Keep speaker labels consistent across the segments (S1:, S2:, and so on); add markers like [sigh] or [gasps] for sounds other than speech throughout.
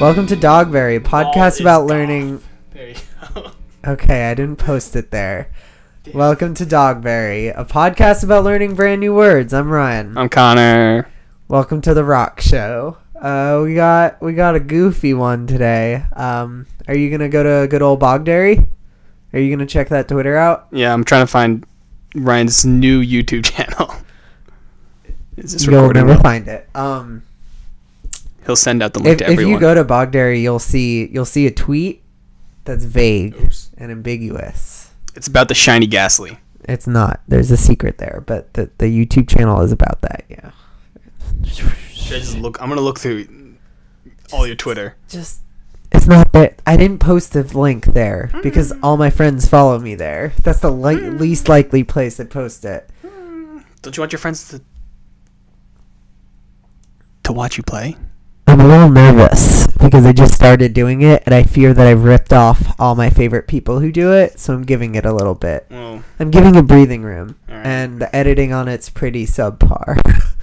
S1: Welcome to Dogberry, a podcast
S2: is
S1: about
S2: dog.
S1: learning.
S2: There you go.
S1: Okay, I didn't post it there.
S2: Damn.
S1: Welcome to Dogberry, a podcast about learning brand new words. I'm Ryan.
S2: I'm Connor.
S1: Welcome to the Rock Show. Uh, we got we got a goofy one today. Um, are you gonna go to good old Bogderry? Are you gonna check that Twitter out?
S2: Yeah, I'm trying to find Ryan's new YouTube [laughs] channel. Is this
S1: You'll
S2: recording?
S1: never find it. Um,
S2: He'll send out the link
S1: if,
S2: to
S1: if
S2: everyone.
S1: you go to Bogdary, you'll see you'll see a tweet that's vague
S2: Oops.
S1: and ambiguous.
S2: it's about the shiny ghastly.
S1: It's not. There's a secret there, but the the YouTube channel is about that. Yeah.
S2: Should I just look? I'm gonna look through all your Twitter.
S1: Just it's not that I didn't post the link there because all my friends follow me there. That's the li- least likely place to post it.
S2: Don't you want your friends to to watch you play?
S1: I'm a little nervous because I just started doing it and I fear that I've ripped off all my favorite people who do it, so I'm giving it a little bit.
S2: Well,
S1: I'm giving it breathing room,
S2: Alright.
S1: and the editing on it's pretty subpar. [laughs]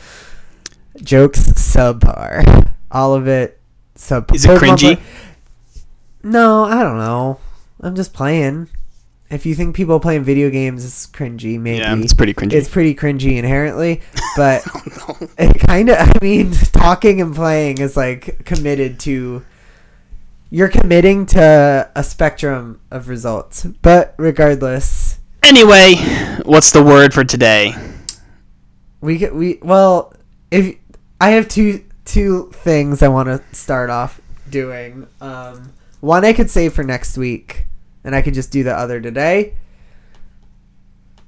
S1: Jokes subpar. All of it subpar.
S2: Is it cringy?
S1: No, I don't know. I'm just playing. If you think people playing video games is cringy, maybe
S2: yeah, it's pretty cringy.
S1: It's pretty cringy
S2: [laughs]
S1: inherently, but
S2: Oh, no.
S1: [laughs] it kind of. I mean, talking and playing is like committed to. You're committing to a spectrum of results, but regardless,
S2: Anyway, what's the word for today?
S1: We get we well if I have two two things I want to start off doing. Um, one I could save for next week, and I could just do the other today.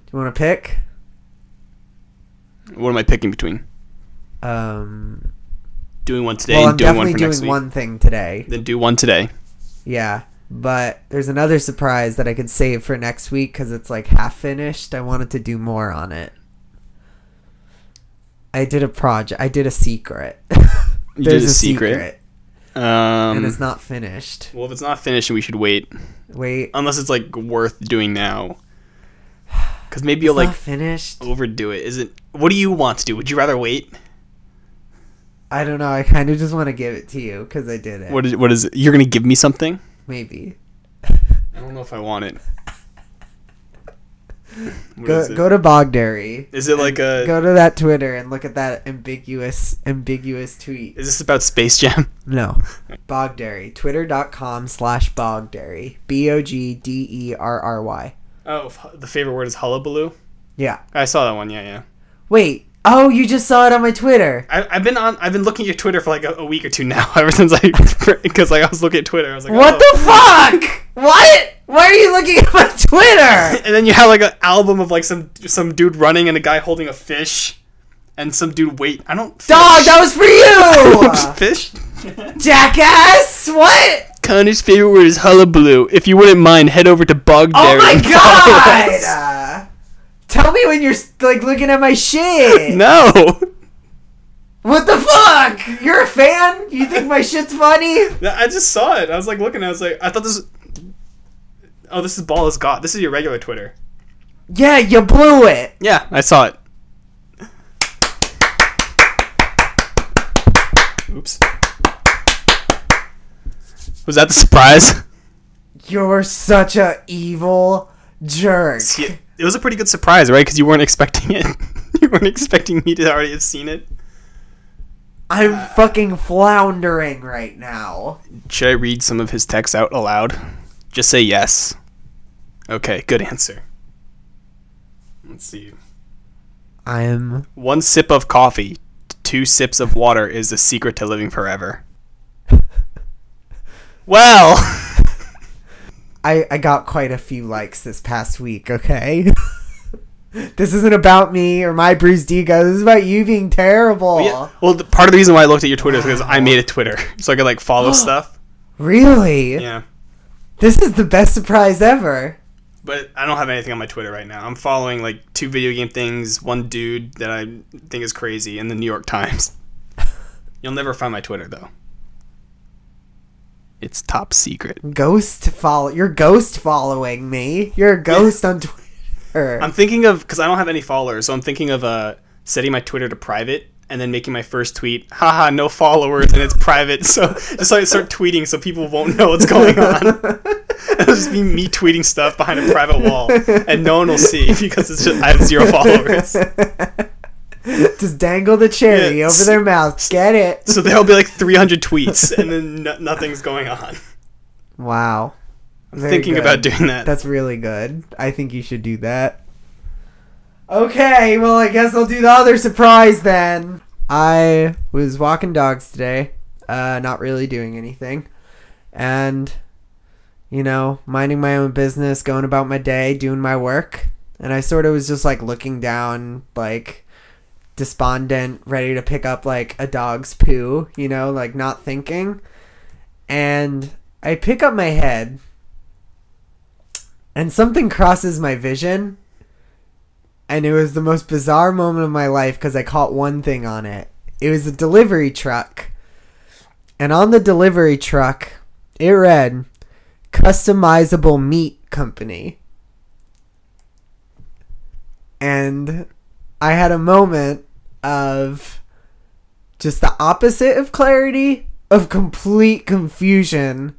S1: Do you want to pick?
S2: What am I picking between?
S1: Um,
S2: Doing one today
S1: well, I'm
S2: and doing one
S1: definitely
S2: for next
S1: doing
S2: week.
S1: one thing today.
S2: Then do one today.
S1: Yeah, but there's another surprise that I could save for next week because it's like half finished. I wanted to do more on it. I did a project. I did a secret. [laughs]
S2: You did a secret? Um,
S1: and it's not finished.
S2: Well, if it's not finished, we should wait.
S1: Wait,
S2: Unless it's like worth doing now. Because maybe you'll
S1: it's not
S2: like
S1: finished.
S2: overdo it. Is it? What do you want to do? Would you rather wait?
S1: I don't know. I kind of just want to give it to you because I did it.
S2: What is? What is? It? You're gonna give me something?
S1: Maybe
S2: I don't know if I want it. What
S1: go
S2: is it?
S1: go to Bogdary.
S2: Is it like a?
S1: Go to that Twitter and look at that ambiguous ambiguous tweet.
S2: Is this about Space Jam? [laughs]
S1: No, Bogdary. Twitter.com slash Bogdary. B o g d e r r y.
S2: Oh, f- the favorite word is hullabaloo.
S1: Yeah.
S2: I saw that one. Yeah, yeah.
S1: Wait. Oh, you just saw it on my Twitter.
S2: I, I've been on. I've been looking at your Twitter for like a, a week or two now. [laughs] Ever since I, because like I was looking at Twitter, I was like,
S1: What
S2: oh.
S1: the fuck? What? Why are you looking at my Twitter?
S2: [laughs] and then you have like an album of like some some dude running and a guy holding a fish, and some dude wait. I don't
S1: Dog, that was for you,
S2: [laughs] fish.
S1: jackass. What?
S2: Connor's favorite word is hullabaloo. If you wouldn't mind, head over to Bogberry.
S1: Oh my
S2: [laughs]
S1: god! Uh, [laughs] tell me when you're like looking at my shit.
S2: [laughs] no,
S1: What the fuck? You're a fan? You think my shit's funny?
S2: I just saw it. I was like looking. I was like, I thought this. Oh, this is ball is god. This is your regular Twitter.
S1: Yeah, you blew it.
S2: Yeah, I saw it. Oops. Was that the surprise?
S1: You're such a evil jerk.
S2: Yeah, [laughs] it was a pretty good surprise, right? Because you weren't expecting it. [laughs] you weren't expecting me to already have seen it.
S1: I'm fucking floundering right now.
S2: Should I read some of his text out aloud? Just say yes. Okay, good answer. Let's see.
S1: I'm
S2: One sip of coffee, two sips of water is the secret to living forever. Well,
S1: I, I got quite a few likes this past week, okay? [laughs] this isn't about me or my bruised ego. This is about you being terrible.
S2: [laughs] yeah, well, the, part of the reason why I looked at your Twitter is because I made a Twitter, so I could like follow stuff.
S1: Really?
S2: Yeah,
S1: This is the best surprise ever.
S2: but I don't have anything on my Twitter right now. I'm following like two video game things, one dude that I think is crazy, and the New York Times. [laughs] You'll never find my Twitter though. It's top secret.
S1: Ghost follow. You're ghost following me. You're a ghost on Twitter.
S2: I'm thinking of because I don't have any followers, so I'm thinking of uh, setting my Twitter to private and then making my first tweet, haha, no followers, and it's private. [laughs] So just like start tweeting so people won't know what's
S1: [laughs]
S2: going on. [laughs] It'll just be me tweeting stuff behind a private wall, and no one will see [laughs] because it's just I have zero followers.
S1: [laughs] Just dangle the cherry
S2: Yeah,
S1: over
S2: s-
S1: their mouth. Get it?
S2: So there'll be like 300 tweets, and then no- nothing's going [laughs] on.
S1: Wow.
S2: I'm
S1: Very
S2: thinking
S1: good.
S2: about doing that.
S1: That's really good. I think you should do that. Okay, well, I guess I'll do the other surprise then. I was walking dogs today, uh, not really doing anything, and, you know, minding my own business, going about my day, doing my work. And I sort of was just like looking down, like despondent, ready to pick up like a dog's poo, you know, like not thinking. And I pick up my head and something crosses my vision and it was the most bizarre moment of my life because i caught one thing on it it was a delivery truck and on the delivery truck it read customizable meat company and i had a moment of just the opposite of clarity of complete confusion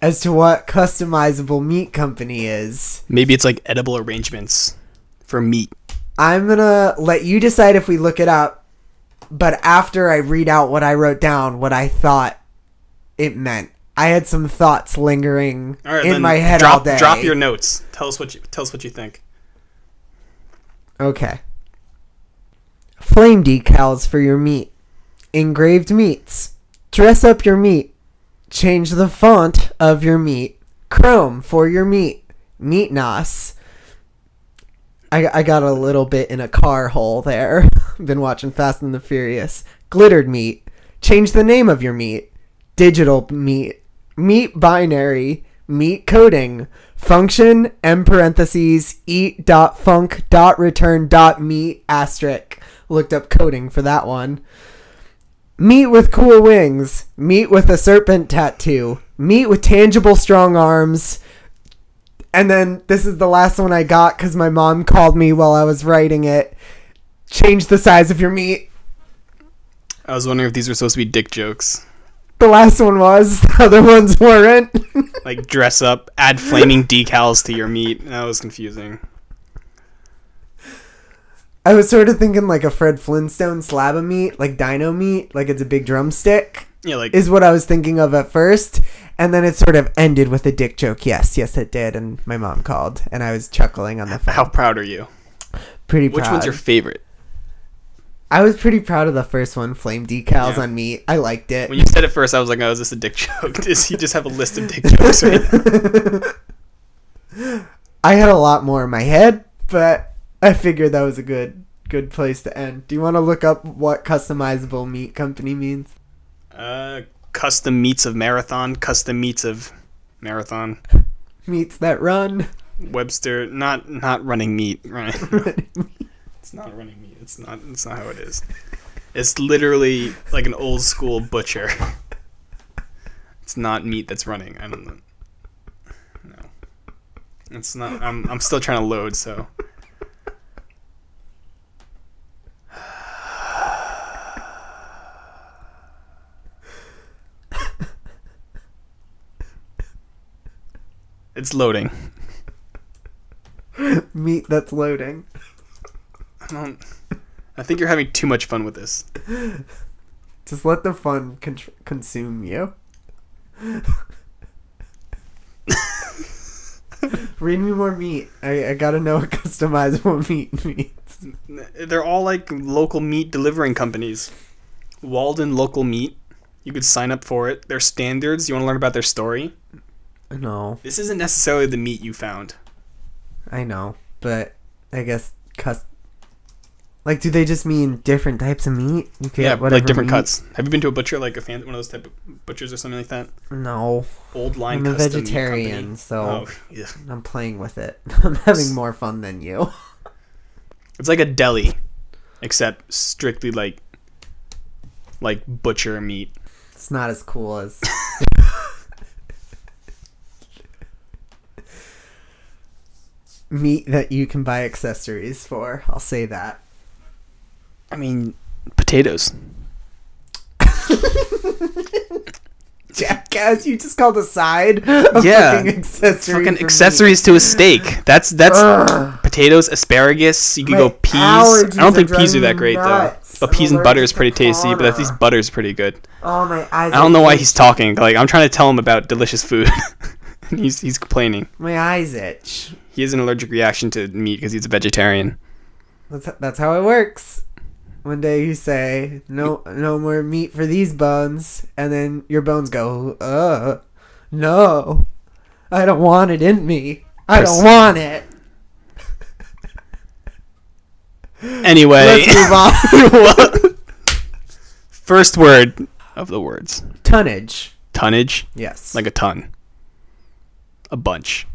S1: as to what customizable meat company is
S2: Maybe it's like edible arrangements for meat.
S1: I'm gonna let you decide if we look it up, but after I read out what I wrote down, what I thought it meant. I had some thoughts lingering
S2: All right,
S1: in
S2: then
S1: my head
S2: drop,
S1: all day.
S2: Drop your notes. Tell us what you tell us what you think.
S1: okay. Flame decals for your meat, engraved meats, dress up your meat, change the font of your meat, chrome for your meat, meat nos. I, I got a little bit in a car hole there. [laughs] Been watching Fast and the Furious. Glittered meat. Change the name of your meat. Digital meat. Meat binary. Meat coding. Function m parentheses eat dot funk dot return dot meat asterisk. Looked up coding for that one. Meet with cool wings. Meet with a serpent tattoo. Meet with tangible strong arms. And then this is the last one I got because my mom called me while I was writing it. Change the size of your meat.
S2: I was wondering if these were supposed to be dick jokes,
S1: The last one was. [laughs] The other ones weren't. [laughs]
S2: like dress up, add flaming decals to your meat. That was confusing.
S1: I was sort of thinking like a Fred Flintstone slab of meat, like dino meat, like it's a big drumstick,
S2: Yeah, like
S1: is what I was thinking of at first. And then it sort of ended with a dick joke. Yes, yes, it did. And my mom called, and I was chuckling on the phone.
S2: how proud are you?
S1: Pretty proud.
S2: Which one's your favorite?
S1: I was pretty proud of the first one, flame decals
S2: Yeah.
S1: on meat. I liked it.
S2: When you said it first, I was like, "Oh, is this a dick joke? [laughs] Does he just have a list of dick
S1: [laughs]
S2: jokes?" Right now?
S1: I had a lot more in my head, but I figured that was a good good place to end. Do you want to look up what customizable meat company means?
S2: Uh, custom meats of marathon, custom meats of marathon.
S1: Meats that run.
S2: Webster, not not running meat. [laughs] Right?
S1: [laughs]
S2: it's not running meat. It's not. It's not how it is. It's literally like an old school butcher. It's not meat that's running. I don't know. No, it's not. I'm I'm still trying to load. So. It's loading.
S1: Meat that's loading.
S2: I don't. I think you're having too much fun with this.
S1: Just let the fun con- consume you. [laughs] Read me more meat. I, I gotta know what [laughs] customizable meat [laughs] means.
S2: They're all like local meat delivering companies. Walden Local Meat. You could sign up for it. Their standards. You want to learn about their story.
S1: No,
S2: This isn't necessarily the meat you found.
S1: I know, but I guess cus. Like, do they just mean different types of meat? You could
S2: Yeah,
S1: have whatever
S2: like different
S1: meat-
S2: cuts. Have you been to a butcher, like a fan, one of those type of butchers or something like that?
S1: No,
S2: Old line.
S1: I'm a
S2: custom meat
S1: vegetarian,
S2: company.
S1: so-
S2: Oh, yeah.
S1: I'm playing with it. [laughs] I'm having more fun than you. [laughs]
S2: it's like a deli, except strictly like like butcher meat.
S1: It's not as cool
S2: [laughs]
S1: as.
S2: [laughs]
S1: meat that you can buy accessories for. I'll say that.
S2: I mean, Potatoes.
S1: Jackass, you just called a side a
S2: Yeah.
S1: fucking accessory.
S2: Fucking
S1: for me.
S2: accessories to a steak. That's that's
S1: Ugh.
S2: potatoes, asparagus. You could
S1: My
S2: go peas. I
S1: allergies
S2: don't think
S1: are
S2: peas are that
S1: driving me
S2: great
S1: nuts.
S2: though. But
S1: I'm
S2: peas and butter is
S1: allergic to
S2: pretty tasty. But at
S1: Connor.
S2: least butter is pretty good.
S1: Oh my eyes!
S2: I don't know why he's talking. Like I'm trying to tell him about delicious food. [laughs] and he's he's complaining.
S1: My eyes itch.
S2: He has an allergic reaction to meat because he's a vegetarian.
S1: That's that's how it works. One day you say no no more meat for these bones, and then your bones go, uh, no, I don't want it in me. I
S2: Pers-
S1: don't want it.
S2: Anyway,
S1: Let's move
S2: [laughs]
S1: on.
S2: What? first word of the words
S1: Tonnage.
S2: tonnage,
S1: Yes.
S2: like a ton, a bunch,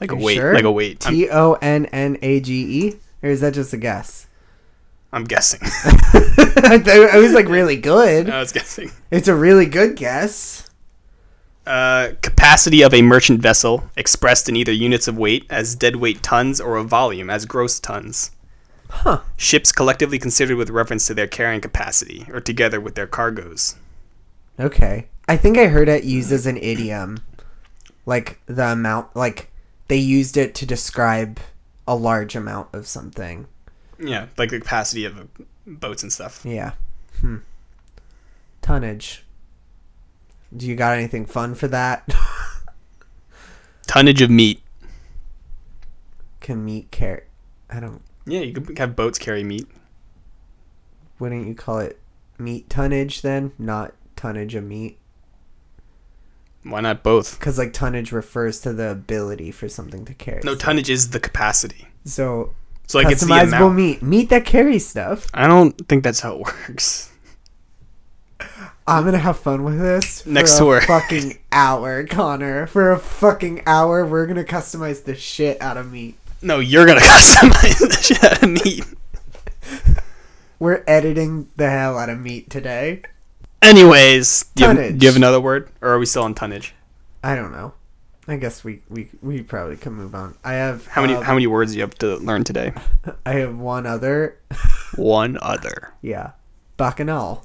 S2: like
S1: You
S2: a weight,
S1: sure?
S2: like a weight. I'm,
S1: T O N N A G E, or is that just a
S2: [laughs]
S1: guess? [laughs]
S2: I'm guessing. [laughs]
S1: I thought- I was like really good.
S2: I was guessing.
S1: It's a really good guess.
S2: Uh, capacity of a merchant vessel expressed in either units of weight as deadweight tons or a volume as gross tons.
S1: Huh.
S2: Ships collectively considered with reference to their carrying capacity or together with their cargoes.
S1: Okay. I think I heard it used as an idiom. Like the amount like they used it to describe a large amount of something.
S2: Yeah, like the capacity of uh, boats and stuff.
S1: Yeah. Hmm. Tonnage. Do you got anything fun for that? [laughs]
S2: Tonnage of meat.
S1: Can meat carry I don't
S2: Yeah, you could have boats carry meat.
S1: wouldn't you call it meat tonnage then? Not tonnage of meat.
S2: Why not both?
S1: Because like tonnage refers to the ability for something to carry.
S2: No, tonnage is the capacity.
S1: so
S2: So like it's the
S1: customizable
S2: amount.
S1: meat, meat that carries stuff.
S2: I don't think that's how it [laughs] works.
S1: I'm gonna have fun with this for
S2: Next
S1: a
S2: tour. [laughs]
S1: fucking hour, Connor. For a fucking hour, we're gonna customize the shit out of meat.
S2: No, you're gonna [laughs] customize the shit out of meat.
S1: We're editing the hell out of meat today.
S2: Anyways, do you, have,
S1: Tonnage.
S2: do you have another word, or are we still on tonnage?
S1: I don't know. I guess we we, we probably can move on. I have
S2: How many
S1: um,
S2: how many words do you have to learn today?
S1: I have one other.
S2: One other.
S1: yeah, bacchanal.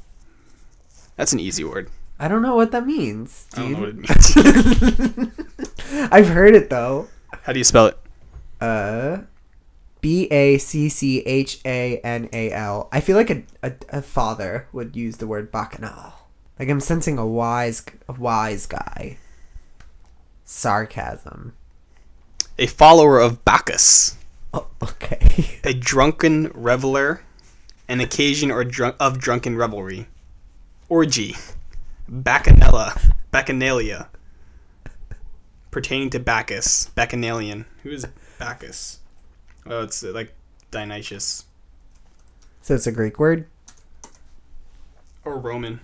S2: That's an easy word.
S1: I don't know what that means,
S2: I don't know what
S1: dude.
S2: it means.
S1: [laughs] I've heard it though.
S2: [laughs] how do you spell it?
S1: uh B A C C H A N A L. I feel like a, a, a father would use the word bacchanal. Like I'm sensing a wise a wise guy. Sarcasm.
S2: A follower of Bacchus,
S1: Oh, [laughs] okay.
S2: a drunken reveler, an occasion or drunk of drunken revelry, orgy, bacchanella, bacchanalia, pertaining to Bacchus, bacchanalian. Who is Bacchus? Oh, it's uh, like Dionysius
S1: So it's a Greek word.
S2: or Roman.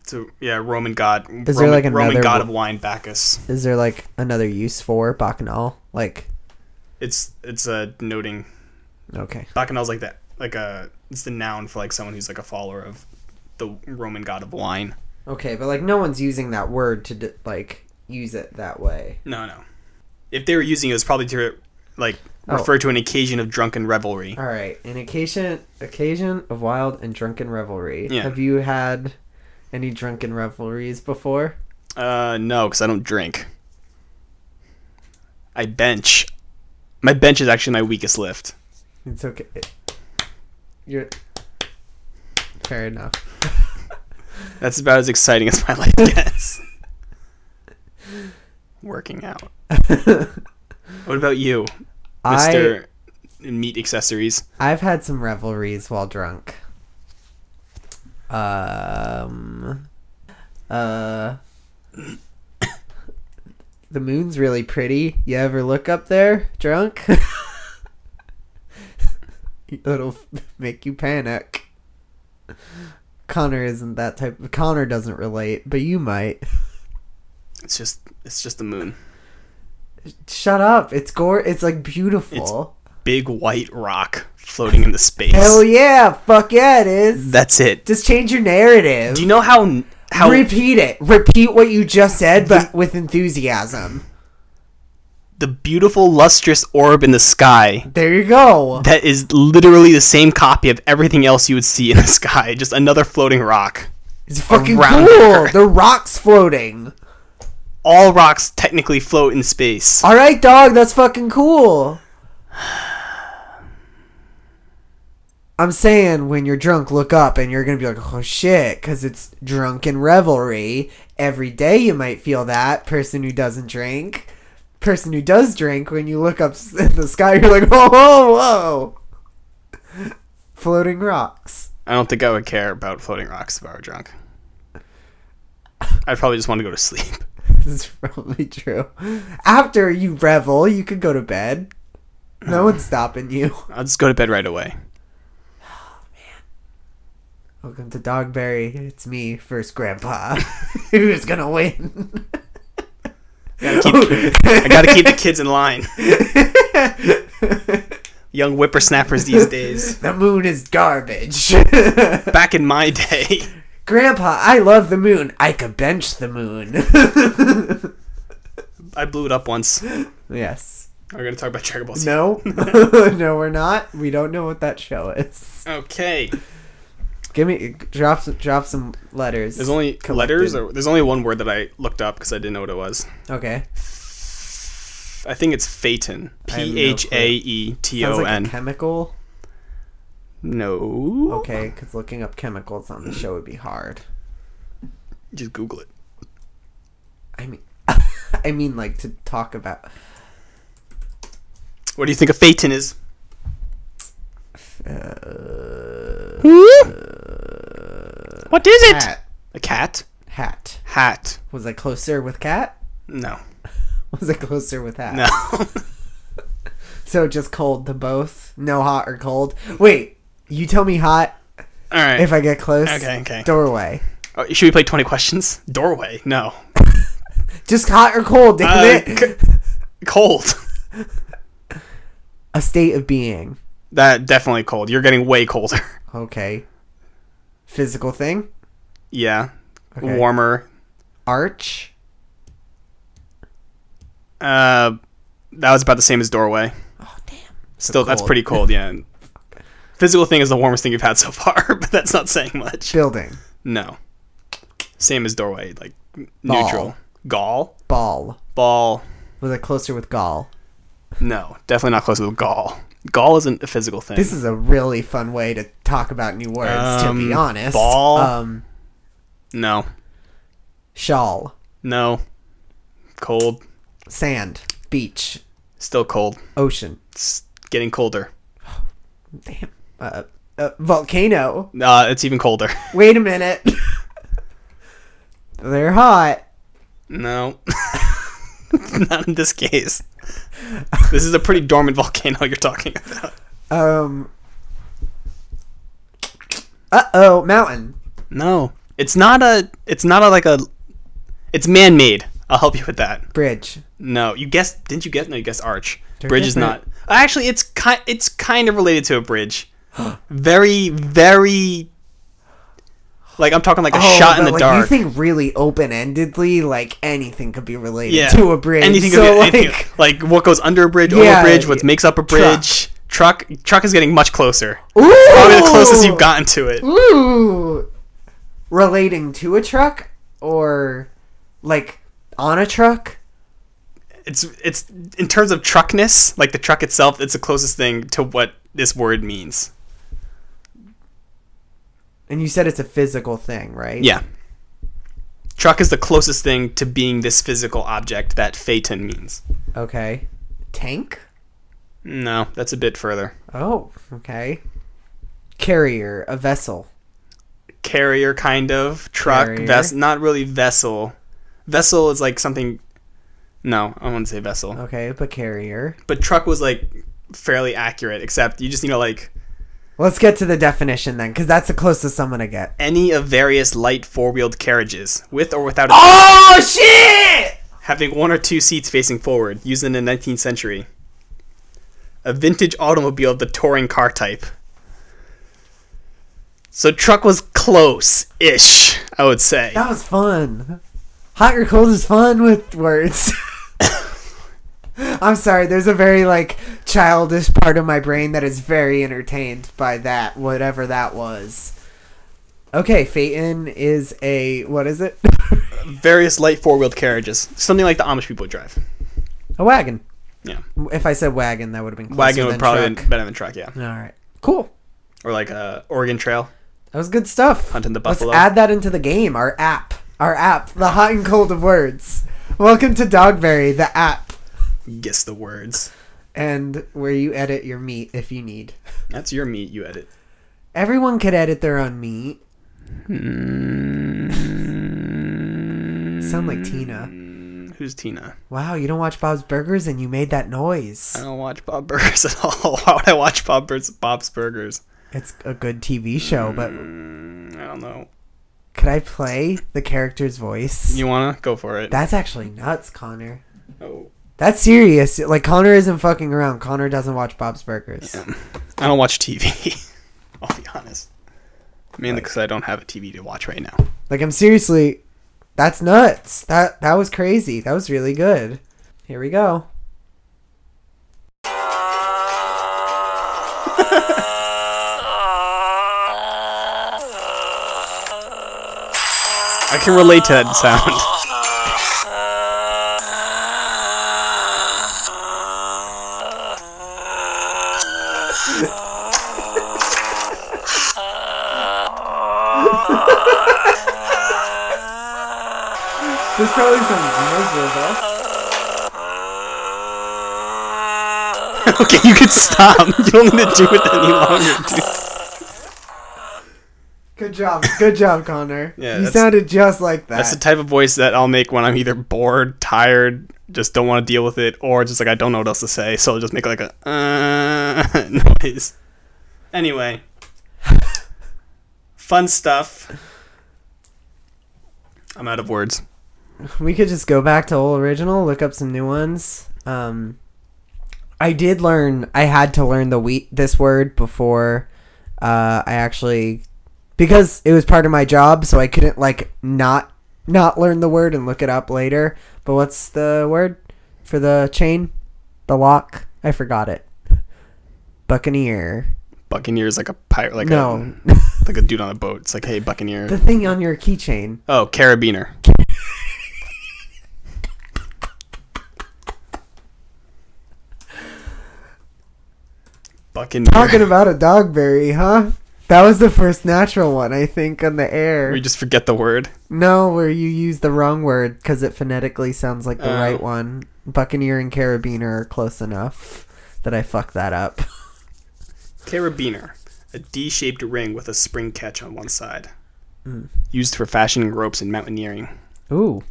S2: It's a yeah Roman god. Roman,
S1: there, like,
S2: Roman
S1: another
S2: god
S1: wo-
S2: of wine, Bacchus?
S1: Is there like another use for bacchanal? Like
S2: It's it's a noting
S1: okay.
S2: Bacchanal's like that, like a it's the noun for like someone who's like a follower of the Roman god of wine.
S1: Okay, but like no one's using that word to d- like use it that way.
S2: No, no. If they were using it, it was probably to like
S1: Oh.
S2: refer to an occasion of drunken revelry.
S1: All right, an occasion occasion of wild and drunken revelry.
S2: Yeah.
S1: Have you had any drunken revelries before?
S2: Uh, no, because I don't drink. I bench. My bench is actually my weakest lift.
S1: It's okay. You're fair enough.
S2: [laughs] That's about as exciting as my [laughs] life gets. Working out. What about you,
S1: I
S2: Mister Meat Accessories?
S1: I've had some revelries while drunk. Um uh [coughs] The moon's really pretty. You ever look up there drunk? [laughs] It'll [laughs] f- make you panic. Connor isn't that type. Connor doesn't relate, but you might.
S2: It's just it's just the moon.
S1: Shut up. It's gore. It's like beautiful.
S2: big white rock floating in the space.
S1: Hell yeah. Fuck yeah, it is.
S2: That's it.
S1: Just change your narrative.
S2: Do you know how how
S1: Repeat it. Repeat what you just said, but with enthusiasm.
S2: the beautiful lustrous orb in the sky
S1: There you go.
S2: that is literally the same copy of everything else you would see in the [laughs] sky, just another floating rock.
S1: It's fucking
S2: round
S1: cool.
S2: earth.
S1: The rock's floating.
S2: All rocks technically float in space.
S1: All right, dog. That's fucking cool. I'm saying when you're drunk, look up and you're gonna be like, oh shit, because it's drunken revelry. Every day you might feel that person who doesn't drink, person who does drink. When you look up [laughs] s- in the sky, you're like, [laughs] whoa, whoa, whoa, floating rocks.
S2: I don't think I would care about floating rocks if I were drunk. I'd probably just want to go to sleep. [laughs]
S1: [laughs] This is probably true. After you revel, you could go to bed. No one's stopping you. [laughs]
S2: I'll just go to bed right away.
S1: Welcome to Dogberry. It's me, first grandpa. [laughs] Who's gonna win?
S2: [laughs] Keep- I gotta keep the kids in line. Young whippersnappers these days.
S1: The moon is garbage. [laughs]
S2: Back in my [laughs] day,
S1: grandpa, I love the moon. I could bench the moon.
S2: I blew it up once. We're
S1: [laughs] yes.
S2: gonna talk about Dragon Ball Z. [laughs]
S1: No. [laughs] no, we're not. We don't know what that show is.
S2: Okay.
S1: Give me drop some drop some letters.
S2: There's only
S1: collected.
S2: letters, or there's only one word that I looked up because I didn't know what it was.
S1: Okay.
S2: I think it's Phaeton.
S1: I have no
S2: P H A E T
S1: Sounds
S2: O
S1: like a
S2: N.
S1: chemical.
S2: No.
S1: Okay, because looking up chemicals on the show would be hard.
S2: Just Google it.
S1: I mean, [laughs] I mean, like to talk about.
S2: What do you think a Phaeton is?
S1: Uh,
S2: What is it?
S1: hat.
S2: A cat?
S1: Hat.
S2: Hat.
S1: Was I closer with cat? [laughs]
S2: No. [laughs]
S1: Was I closer with hat?
S2: No.
S1: So just cold to both. No hot or cold. Wait, you tell me hot
S2: All right.
S1: if I get close.
S2: Okay, okay.
S1: Doorway.
S2: Oh, should we play 20 questions? Doorway. No.
S1: Just hot or cold. Damn
S2: Uh,
S1: it.
S2: c- cold. [laughs]
S1: A state of being.
S2: That definitely cold. You're getting way colder. [laughs]
S1: Okay. Physical thing.
S2: yeah.
S1: Okay.
S2: Warmer.
S1: Arch.
S2: Uh, that was about the same as doorway.
S1: Oh damn.
S2: Still, that's
S1: cold.
S2: pretty
S1: [laughs]
S2: cold. Yeah. Physical thing is the warmest thing you've had so far, [laughs] but that's not saying much.
S1: Building.
S2: No. Same as doorway, like n-
S1: Ball.
S2: neutral. Gall.
S1: Ball.
S2: Ball.
S1: Was I closer with gall?
S2: No, definitely not close to gall. Gall isn't a physical thing.
S1: This is a really fun way to talk about new words. to be
S2: Um,
S1: honest.
S2: ball.
S1: Um.
S2: no.
S1: Shawl.
S2: No. Cold.
S1: Sand. Beach.
S2: Still cold.
S1: Ocean.
S2: It's getting colder.
S1: Damn. Uh, uh, volcano.
S2: Uh, it's even colder. [laughs]
S1: Wait a minute. [laughs] They're hot.
S2: No. [laughs] Not in this case. This is a pretty dormant volcano you're talking about.
S1: Um. Uh oh, mountain.
S2: No. It's not a it's not a like a it's man made. I'll help you with that.
S1: Bridge.
S2: No, you guessed didn't you guess no, you guessed arch.
S1: They're
S2: bridge is not
S1: different.
S2: actually it's kind it's kind of related to a
S1: [gasps]
S2: bridge. very, very like I'm talking like a shot in
S1: Oh, but,
S2: the
S1: like,
S2: dark.
S1: You think really open endedly, like anything could be related
S2: yeah.
S1: to a bridge.
S2: Anything,
S1: so,
S2: could be-
S1: like,
S2: anything- like what goes under a bridge, over
S1: Yeah,
S2: a bridge, what
S1: yeah.
S2: makes up a bridge. Truck. truck is getting much closer.
S1: ooh,
S2: Probably the closest
S1: Oh!
S2: you've gotten to it.
S1: Ooh, relating to a truck or like on a truck.
S2: It's it's in terms of truckness, like the truck itself, it's the closest thing to what this word means.
S1: And you said it's a physical thing, right?
S2: Yeah. Truck is the closest thing to being this physical object that phaeton means.
S1: Okay. Tank.
S2: No, that's a bit further.
S1: Oh, okay. Carrier, a vessel.
S2: Carrier kind of truck
S1: Carrier.
S2: vest not really vessel. Vessel is like something No, I wouldn't say vessel.
S1: Okay, but carrier.
S2: but truck was like fairly accurate except you just you know like
S1: Let's get to the definition then, because that's the closest I'm gonna get.
S2: any of various light four-wheeled carriages with or without a
S1: Oh shit!
S2: having one or two seats facing forward used in the 19th century a vintage automobile of the touring car type so truck was close ish i would say
S1: That was fun. Hot or cold is fun with words. I'm sorry. There's a very like childish part of my brain that is very entertained by that, whatever that was. Okay, Phaeton is a what is it? [laughs]
S2: Various light four wheeled carriages, something like the Amish people drive.
S1: a wagon.
S2: Yeah,
S1: If I said wagon, that would have been closer
S2: wagon would
S1: than
S2: probably
S1: truck.
S2: be better than truck. Yeah,
S1: All right, cool.
S2: or like uh, Oregon Trail.
S1: That was good stuff.
S2: Hunting the buffalo.
S1: Let's add that into the game. Our app. Our app. The hot and cold of words. Welcome to Dogberry, the app,
S2: Guess the words.
S1: and where you edit your meat if you need.
S2: That's your meat you edit.
S1: Everyone could edit their own meat.
S2: Hmm.
S1: Sound like Tina.
S2: Mm, Who's Tina?
S1: Wow, you don't watch Bob's Burgers and you made that
S2: I
S1: noise.
S2: don't watch Bob Burgers [laughs] at all. Why would I watch Bob Burgers, Bob's Burgers?
S1: It's a good TV show, but
S2: Mm, I don't know.
S1: could I play the character's voice?
S2: You wanna go for it?
S1: That's actually nuts, Connor.
S2: oh,
S1: That's serious. Like Connor isn't fucking around. Connor doesn't watch Bob's Burgers.
S2: yeah. I don't watch TV. [laughs] I'll be honest. Mainly because I don't have a TV to watch right now.
S1: Like I'm seriously, that's nuts. That that was crazy. That was really good. Here we go.
S2: I can relate to that sound. [laughs]
S1: This probably sounds miserable.
S2: okay, you can stop. You don't need to do it any longer, dude.
S1: Good job. Good job, Connor.
S2: [laughs] Yeah,
S1: you
S2: that's-
S1: sounded just like that.
S2: That's the type of voice that I'll make when I'm either bored, tired, just don't want to deal with it, or just like I don't know what else to say, so I'll just make like a uh, [laughs] noise. Anyway, fun stuff. I'm out of words.
S1: we could just go back to old original, look up some new ones. Um, I did learn. I had to learn the wheat this word before uh, I actually because it was part of my job, so I couldn't like not not learn the word and look it up later. But what's the word for the chain? The lock? I forgot it. Buccaneer.
S2: Buccaneer's like a pirate, like
S1: No.
S2: a [laughs] like a dude on a boat. It's like, hey,
S1: The
S2: buccaneer.
S1: thing on your keychain.
S2: Oh, carabiner. [laughs] Buccaneer.
S1: Talking about a dogberry, huh? That was the first natural one, I think, on the air.
S2: We just forget the word.
S1: No, where you use the wrong word because it phonetically sounds like the
S2: Oh.
S1: right one. Buccaneer and carabiner are close enough that I fucked that up.
S2: Carabiner, a D-shaped ring with a spring catch on one side,
S1: Hmm.
S2: used for fashioning ropes in mountaineering.
S1: Ooh,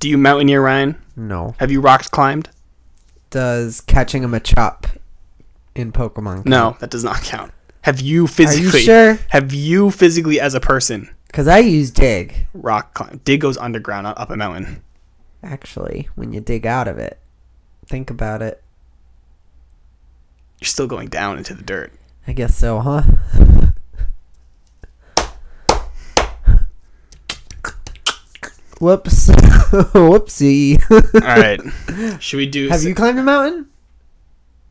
S2: Do you mountaineer, Ryan?
S1: no.
S2: Have you rock climbed?
S1: Does catching a Machop in Pokemon?
S2: No, that does not count. Have
S1: Are
S2: you
S1: you
S2: physically?
S1: sure?
S2: Have you physically, as a person,
S1: Because I use dig
S2: rock climbed? Dig goes underground, not up a mountain.
S1: actually when you dig out of it. Think about it.
S2: You're still going down into
S1: [laughs]
S2: the dirt.
S1: I guess so, huh? Whoops. [laughs] Whoopsie.
S2: All right. Should we
S1: [laughs]
S2: do?
S1: Have you climbed a mountain?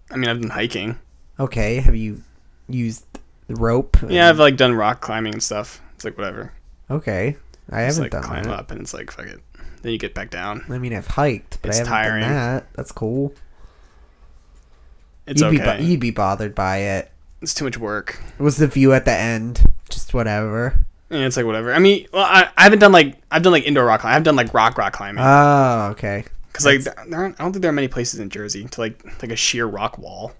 S2: I mean, I've been hiking.
S1: Okay, have you used the rope?
S2: Yeah, I've like done rock climbing and stuff. It's like whatever.
S1: Okay, I
S2: It's
S1: haven't
S2: like
S1: done
S2: climb
S1: that.
S2: up and it's like fuck it. Then you get back down.
S1: I mean, I've hiked, but
S2: It's
S1: I haven't
S2: tiring.
S1: done that. That's cool.
S2: It's
S1: you'd
S2: okay.
S1: be bo- you'd be bothered by it.
S2: it's too much work.
S1: It was the view at the end. Just whatever.
S2: And it's like whatever. I mean, well, I, I haven't done like I've done like indoor rock climbing. I've done like rock rock climbing
S1: Oh, okay.
S2: because like there aren't, I don't think there are many places in Jersey to like like a sheer rock wall.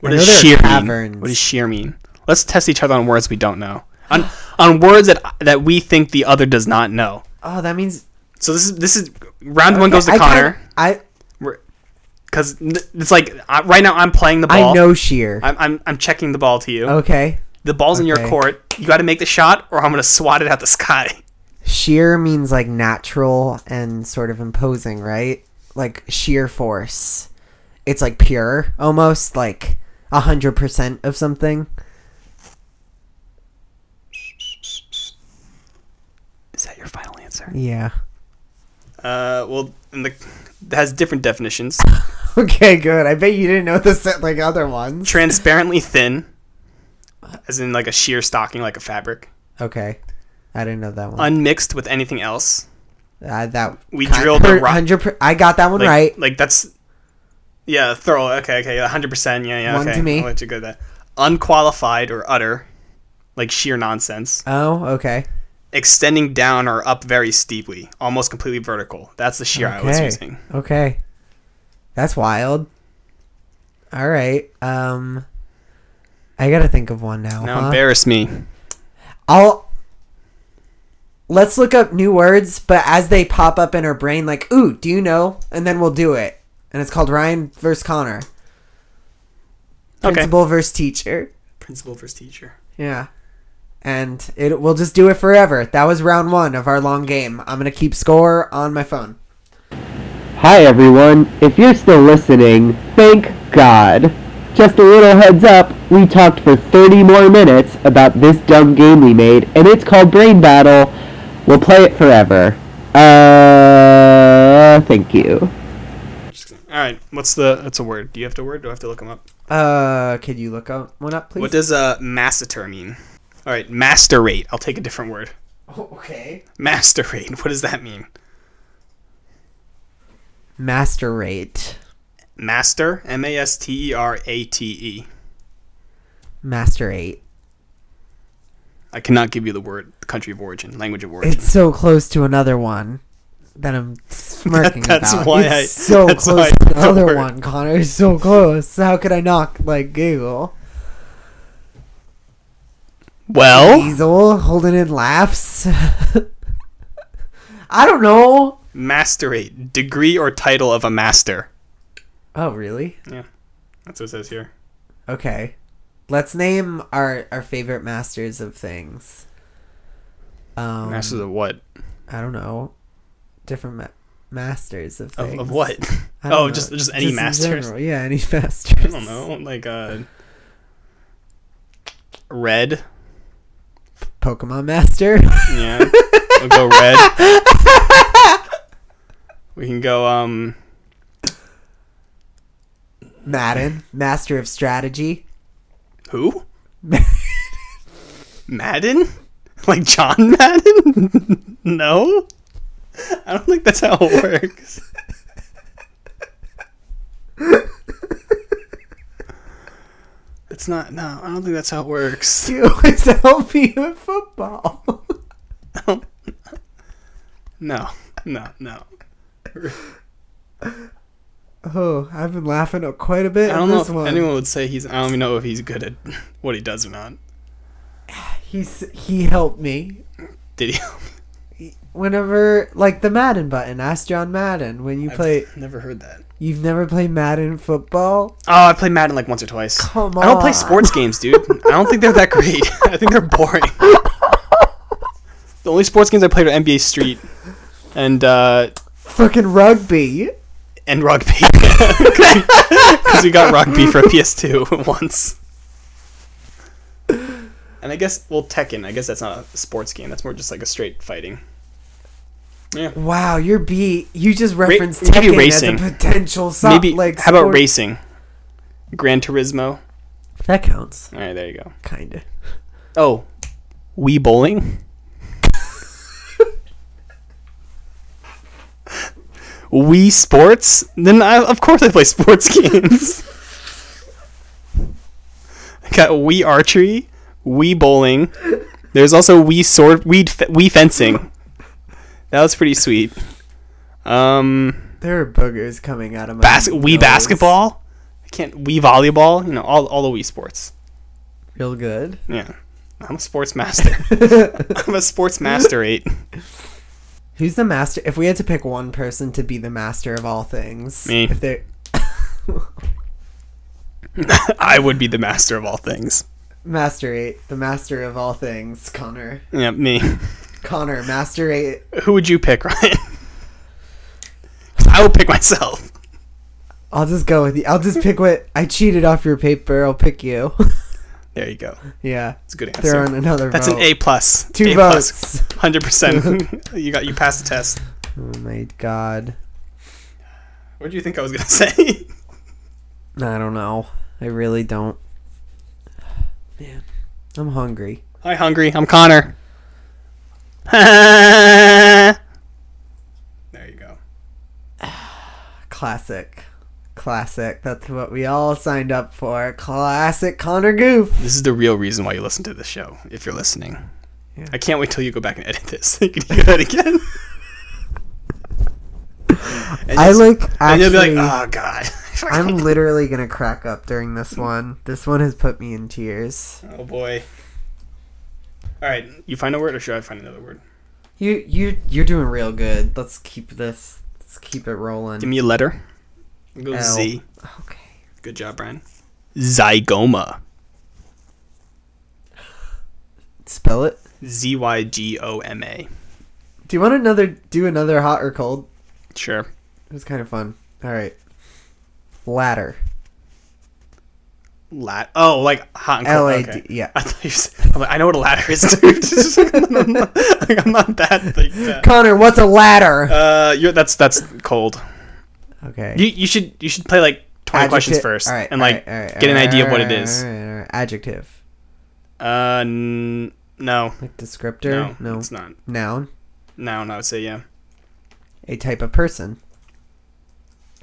S2: What
S1: I
S2: does
S1: know there are
S2: sheer mean?
S1: caverns.
S2: What does sheer mean? Let's test each other on words we
S1: [gasps]
S2: don't know. On on words that that we think the other does not know.
S1: Oh, that means
S2: So this is this is round one goes to
S1: I kinda-
S2: Connor
S1: I
S2: because it's like I, right now I'm playing the ball.
S1: I know sheer.
S2: I'm, I'm I'm checking the ball to you.
S1: okay,
S2: The ball's in your
S1: okay.
S2: court. You got to make the shot, or I'm gonna swat it out the sky.
S1: sheer means like natural and sort of imposing, right? Like sheer force. It's like pure, almost like a hundred percent of something.
S2: Is that your final answer?
S1: Yeah.
S2: Uh, well, and the it has different definitions.
S1: [laughs] Okay, good. I bet you didn't know this at like other ones.
S2: Transparently thin, as in like a sheer stocking, like a fabric.
S1: Okay, I didn't know that one.
S2: Unmixed with anything else.
S1: Uh, that
S2: We drilled the rock-
S1: hundred. per- I got that one
S2: Like,
S1: right.
S2: Like that's. Yeah, thorough. Okay, okay, hundred percent. Yeah, yeah.
S1: One
S2: okay,
S1: to me.
S2: I'll let you go there. Unqualified or utter, like sheer nonsense.
S1: Oh, okay.
S2: Extending down or up very steeply, almost completely vertical. That's the sheer I was
S1: Okay.
S2: using.
S1: Okay. That's wild. All right. Um I got to think of one now.
S2: Now
S1: huh?
S2: embarrass me.
S1: I'll Let's look up new words, but as they pop up in our brain like, "Ooh, do you know?" and then we'll do it. And it's called Ryan versus Connor.
S2: Okay.
S1: Principal versus teacher.
S2: Principal versus teacher.
S1: Yeah. And it we'll just do it forever. That was round 1 of our long game. I'm going to keep score on my phone.
S3: Hi everyone, if you're still listening, thank God. Just a little heads up, we talked for 30 more minutes about this dumb game we made, and it's called Brain Battle. We'll play it forever. Uh, thank you.
S2: Just kidding. All right, what's the? That's a word. Do you have the word? Do I have to look them up?
S1: Uh, could you look up one up, please?
S2: What does uh, masseter mean? All right, masterate. I'll take a different word.
S1: Oh, okay.
S2: Masterate. [laughs] What does that mean?
S1: Master rate.
S2: Master. M A S T E R A T E.
S1: Master eight.
S2: I cannot give you the word, the country of origin, language of origin.
S1: It's so close to another one that I'm smirking
S2: [laughs] That's
S1: about.
S2: why
S1: it's
S2: I-
S1: so
S2: that's why
S1: close
S2: I
S1: to
S2: don't
S1: another
S2: work.
S1: one, Connor. It's so close. How could I not like Google?
S2: well,
S1: Diesel holding in laughs. [laughs] I don't know.
S2: masterate, degree or title of a master.
S1: Oh really?
S2: Yeah, that's what it says here.
S1: Okay. Let's name our our favorite masters of things. Um,
S2: Masters of what?
S1: I don't know. Different ma- masters of
S2: Of,
S1: things.
S2: of what? [laughs]
S1: I don't
S2: Oh,
S1: know.
S2: just just any
S1: in
S2: masters.
S1: general. Yeah, any [laughs] masters.
S2: I don't know, like uh, red.
S1: Pokemon Master. [laughs]
S2: Yeah, we'll go red. We can go um
S1: Madden. Master of Strategy. [laughs]
S2: who? Madden? Like John Madden? no, I don't think that's how it works. It's not. No, I don't think that's how it works.
S1: You always help me in football. [laughs]
S2: No, no, no.
S1: oh, I've been laughing up quite a bit
S2: I
S1: on
S2: don't know
S1: this
S2: if
S1: one.
S2: anyone would say he's. I don't even know if he's good at what he does or not.
S1: He's he helped me.
S2: Did he?
S1: Whenever like the Madden button, ask John Madden when you play
S2: I've never heard that.
S1: you've never played Madden football?
S2: Oh, I played Madden like once or twice.
S1: Come
S2: I don't play
S1: on.
S2: sports games, dude. I don't think they're that great. [laughs] I think
S1: [laughs]
S2: they're boring. the only sports games I played were NBA Street and uh,
S1: Fucking rugby.
S2: and rugby [laughs] because we got rugby for PS2 [laughs] once. And I guess well Tekken. I guess that's not a sports game. That's more just like a straight fighting. Yeah.
S1: Wow, you're beat. You just referenced
S2: maybe
S1: Tekken
S2: racing.
S1: as a potential so-
S2: Maybe.
S1: like
S2: how about
S1: sport-
S2: racing? Gran Turismo.
S1: That counts,
S2: All right, there you go.
S1: kind of.
S2: Oh, Wii Bowling? Wii Sports? Then I, of course I play sports [laughs] games. I got Wii Archery, Wii Bowling. There's also Wii Sword, Wii, f- Wii Fencing. That was pretty sweet. Um,
S1: There are boogers coming out of my
S2: bas- Wii
S1: nose.
S2: Basketball? I can't, Wii Volleyball? You know, all, all the Wii Sports.
S1: Real good.
S2: Yeah. I'm a sports [laughs] master. I'm a sports master eight.
S1: Who's the master? If we had to pick one person to be the master of all things,
S2: Me.
S1: If they
S2: I would be the master of all things.
S1: master eight, the master of all things, Connor.
S2: Yeah, me.
S1: Connor, master eight.
S2: [laughs] Who would you pick, Ryan? 'Cause I would pick myself.
S1: I'll just go with you. I'll just pick what I cheated off your paper. I'll pick you. [laughs]
S2: There you go.
S1: yeah,
S2: It's a good answer.
S1: they're on another.
S2: That's
S1: vote.
S2: an A plus.
S1: Two
S2: a
S1: votes. [laughs]
S2: Hundred percent. You got. You passed the test.
S1: Oh my god.
S2: What do you think I was gonna [laughs] say?
S1: I don't know. I really don't. Man, I'm hungry.
S2: Hi, hungry. I'm Connor. [laughs] there you go.
S1: Classic. Classic. That's what we all signed up for. Classic Connor Goof.
S2: This is the real reason why you listen to this show, if you're listening.
S1: Yeah.
S2: I can't wait till you go back and edit this. [laughs] you can hear that again. And
S1: I
S2: you'll-
S1: like
S2: And you'll be
S1: actually.
S2: like, oh god. [laughs]
S1: I'm literally gonna crack up during this one. This one has put me in tears.
S2: oh boy. All right, you find a word, or should I find another word?
S1: You you you're doing real good. Let's keep this. Let's keep it rolling.
S2: Give me a letter. Go
S1: L.
S2: Z.
S1: okay.
S2: Good job, Brian. Zygoma.
S1: Spell it.
S2: Z y g o m a.
S1: Do you want another? Do another hot or cold?
S2: Sure.
S1: It was kind of fun. All right. Ladder.
S2: Lat. Oh, like hot and cold.
S1: L A
S2: okay.
S1: D. Yeah.
S2: I thought you said, I'm like, I know what a ladder is, dude. [laughs] I'm, not, like, I'm not that like that.
S1: Connor, what's a ladder?
S2: Uh, you're, that's that's cold.
S1: Okay.
S2: You you should you should play like 20 questions
S1: Adjective-
S2: first,
S1: all right,
S2: and
S1: all
S2: like
S1: right, all right,
S2: get an
S1: all right,
S2: idea
S1: all
S2: of what it
S1: right,
S2: is.
S1: all right, all right. Adjective.
S2: Uh, n- no,
S1: Like descriptor.
S2: no,
S1: No.
S2: it's not.
S1: Noun.
S2: No, no, I would say yeah.
S1: A type of person.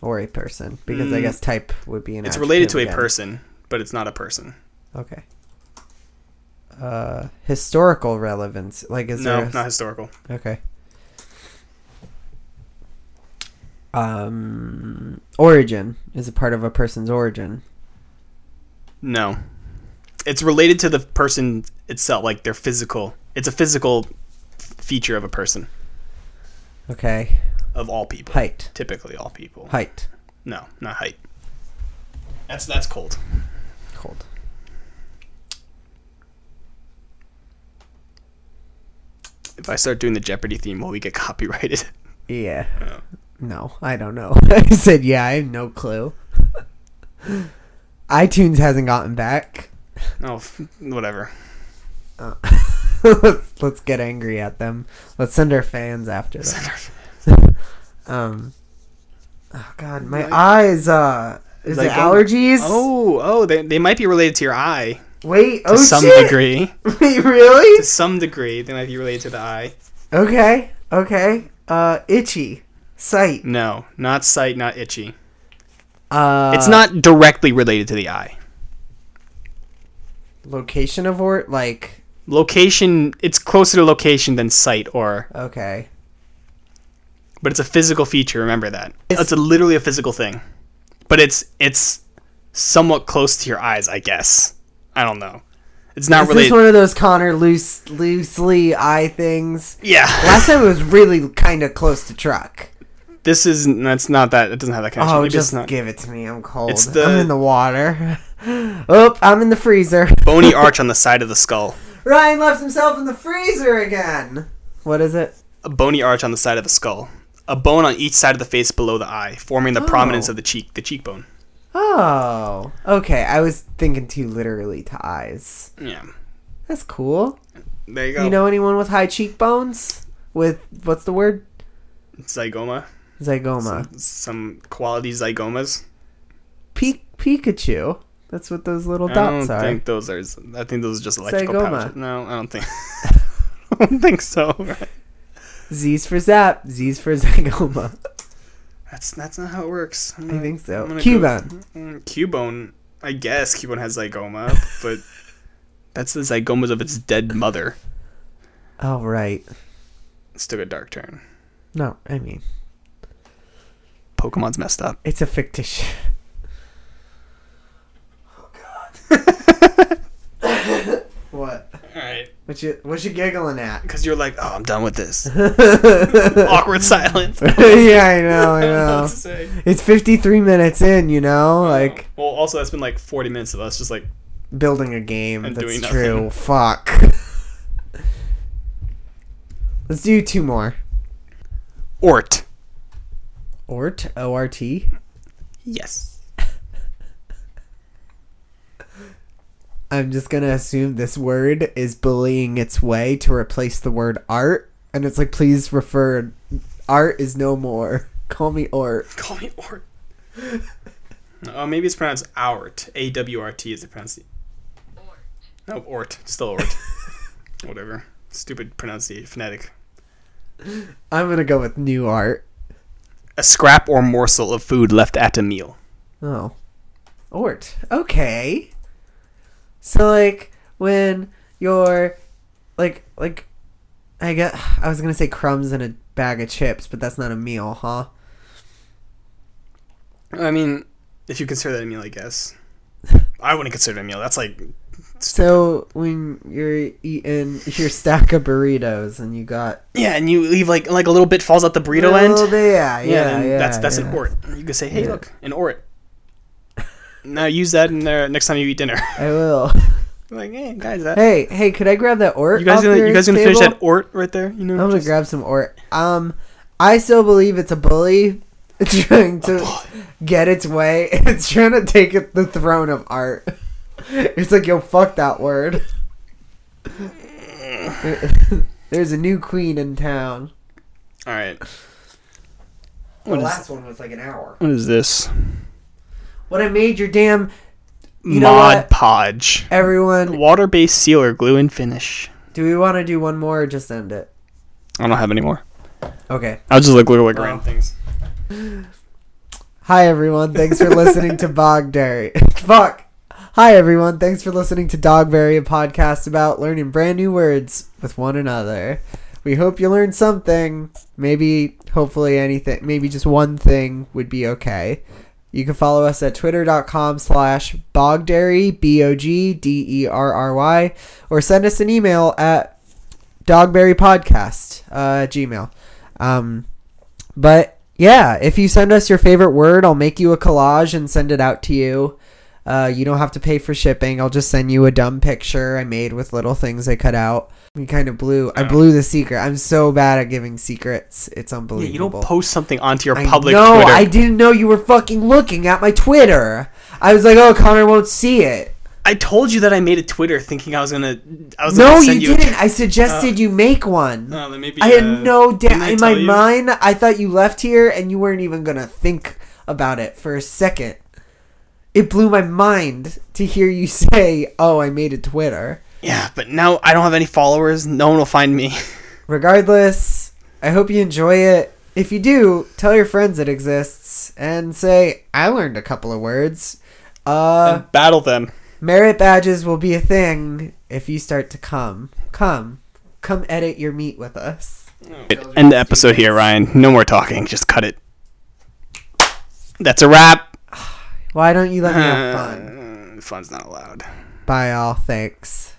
S1: Or a person, because I
S2: Mm.
S1: guess type would be an.
S2: It's related
S1: adjective
S2: to a
S1: again.
S2: person, but it's not a person.
S1: Okay. Uh, historical relevance. Like, is
S2: no,
S1: there? a-
S2: not historical.
S1: Okay. Um, origin is a part of a person's origin.
S2: No, it's related to the person itself, like their physical. It's a physical f- feature of a person,
S1: Okay.
S2: of all people.
S1: Height.
S2: Typically, all people.
S1: Height.
S2: No, not height. That's that's cold.
S1: Cold.
S2: If I start doing the Jeopardy theme, will we get copyrighted? [laughs]
S1: Yeah.
S2: Oh.
S1: No, I don't know. [laughs] I said, yeah, I have no clue. [laughs] iTunes hasn't gotten back.
S2: Oh, f- whatever. [laughs]
S1: Uh, [laughs] let's, let's get angry at them. Let's send our fans after them.
S2: [laughs]
S1: Um. Oh God, my
S2: Like-
S1: eyes. Uh, is
S2: Like,
S1: it allergies?
S2: Oh, oh, they, they might be related to your eye to
S1: wait. Oh
S2: some
S1: shit.
S2: [laughs] degree.
S1: [laughs] Wait,
S2: To
S1: really?
S2: some degree, they might be related to the eye.
S1: Okay. Okay. Uh, itchy. Sight.
S2: No, not sight, not itchy.
S1: Uh,
S2: it's not directly related to the eye.
S1: location of or like.
S2: Location, it's closer to location than sight or,
S1: Okay.
S2: but it's a physical feature. Remember that.
S1: It's-
S2: It's, a, literally a physical thing, but it's it's somewhat close to your eyes, I guess. I don't know. It's not
S1: Is
S2: related.
S1: this one of those Connor loose, loosely eye things?
S2: yeah.
S1: Last time it was really kind of close to truck.
S2: This is that's not that. It doesn't have that connection.
S1: Oh,
S2: Maybe
S1: just
S2: it's not.
S1: give it to me. I'm cold.
S2: It's the-
S1: I'm in the water. [laughs] oh, I'm in the freezer. [laughs]
S2: Bony arch on the side of the skull.
S1: Ryan left himself in the freezer again. What is it?
S2: a bony arch on the side of the skull, a bone on each side of the face below the eye, forming the prominence
S1: Oh.
S2: of the cheek, the cheekbone.
S1: Oh, okay. I was thinking too literally to eyes.
S2: Yeah,
S1: That's cool.
S2: there you go.
S1: You know anyone with high cheekbones? With what's the word?
S2: zygoma,
S1: Zygoma.
S2: some quality zygomas.
S1: Pi- Pikachu. That's what those little
S2: I don't
S1: dots are.
S2: think those are. I think those are just electrical
S1: Zygoma.
S2: pouches. No, I don't think. [laughs] I don't
S1: [laughs]
S2: think so. Right?
S1: Z's for zap. Z's for [laughs] zygoma.
S2: That's that's not how it works. I'm
S1: I
S2: gonna-
S1: think so.
S2: I'm gonna
S1: Cuban.
S2: Go, Mm, Cubone. I guess Cubone has zygoma, but that's the zygomas of its dead mother.
S1: All right.
S2: It's took a dark turn.
S1: No, I mean
S2: Pokemon's messed up.
S1: it's a fictitious. [laughs] Oh God. what?
S2: All right,
S1: What you what you giggling at?
S2: because you're like, oh, I'm done
S1: [laughs]
S2: with this.
S1: yeah,
S2: [laughs]
S1: [laughs]
S2: awkward silence.
S1: I know, I
S2: I don't know [laughs]
S1: [laughs]
S2: what
S1: know.
S2: to say.
S1: It's 53 minutes in, you know, like
S2: well, also that's been like 40 minutes of us just like
S1: building a game.
S2: And
S1: That's
S2: doing
S1: true.
S2: nothing.
S1: Fuck. [laughs] Let's do two more.
S2: ort.
S1: Ort, O R T.
S2: Yes.
S1: I'm just gonna assume this word is bullying its way to replace the word art, and it's like please refer Art is no more. [laughs] Call me Ort.
S2: Call me Ort. Oh, maybe it's pronounced Ort. A W R T is the pronunciation. No, Ort. Still Ort. Whatever. Stupid pronunciation. Phonetic.
S1: I'm gonna go with new art.
S2: A scrap or morsel of food left at a meal.
S1: Oh. Ort. Okay. So like when you're like like I get I was gonna say crumbs and a bag of chips, but that's not a meal, huh?
S2: I mean, if you consider that a meal, I guess. I wouldn't consider it a meal. That's like
S1: So when you're eating your stack of burritos and you got
S2: yeah, and you leave like like a little bit falls out the burrito end.
S1: Well, yeah, yeah,
S2: yeah,
S1: yeah,
S2: then that's that's
S1: yeah.
S2: an ort. You could say, hey,
S1: Yeah.
S2: look, an ort. now use that in there next time you eat dinner. [laughs]
S1: I will. [laughs]
S2: like, hey guys, that
S1: hey, hey, could I grab that ort?
S2: you guys
S1: off
S2: gonna you
S1: your
S2: guys gonna finish
S1: table?
S2: that ort right there? You know,
S1: I'm gonna
S2: just-
S1: grab some ort. Um, I still believe it's a bully [laughs] trying to get its way. [laughs] It's trying to take it- the throne of art. [laughs] It's like yo, fuck that word. [laughs] There's a new queen in town.
S2: All right.
S1: The
S2: What is-
S1: last one was like an hour.
S2: What is this?
S1: What I made your damn You know
S2: Mod
S1: what?
S2: Podge.
S1: everyone.
S2: Water based sealer glue and finish.
S1: Do we want to do one more or just end it?
S2: I don't have any more.
S1: Okay.
S2: I'll just like glue like
S1: around
S2: things.
S1: Hi everyone, thanks for listening to Bogdary. [laughs] Fuck. Hi everyone, thanks for listening to Dogberry, a podcast about learning brand new words with one another. We hope you learned something. Maybe, hopefully, anything. Maybe just one thing would be okay. You can follow us at twitter.com slash bogdairy, B O G D E R R Y, or send us an email at dogberrypodcast, uh, Gmail. Um, but yeah, if you send us your favorite word, I'll make you a collage and send it out to you. Uh, you don't have to pay for shipping. I'll just send you a dumb picture I made with little things I cut out. We kind of blew. I
S2: Yeah.
S1: blew the secret. I'm so bad at giving secrets. It's
S2: Yeah,
S1: unbelievable.
S2: you don't post something onto your
S1: I
S2: public
S1: know,
S2: Twitter.
S1: I didn't know you were fucking looking at my Twitter. I was like, oh, Connor won't see it.
S2: I told you that I made a Twitter thinking I was gonna. I was
S1: No,
S2: gonna
S1: you
S2: send you. [laughs]
S1: didn't. I suggested you make one.
S2: No, then maybe,
S1: I had
S2: uh,
S1: no
S2: didn't I
S1: doubt in my
S2: tell you?
S1: mind. I thought you left here and you weren't even gonna think about it for a second. It blew my mind to hear you [laughs] say, "Oh, I made a Twitter."
S2: Yeah, but now I don't have any followers. No one will find me.
S1: Regardless, I hope you enjoy it. If you do, tell your friends it exists and say, "I learned a couple of words." Uh,
S2: [laughs] Battle them.
S1: Merit badges will be a thing if you start to come. Come. Come edit your meat with us.
S2: Oh, End the episode here, Ryan. No more talking. Just cut it. That's a wrap.
S1: Why don't you let me have fun?
S2: [laughs] Uh, fun's not allowed.
S1: Bye all, thanks.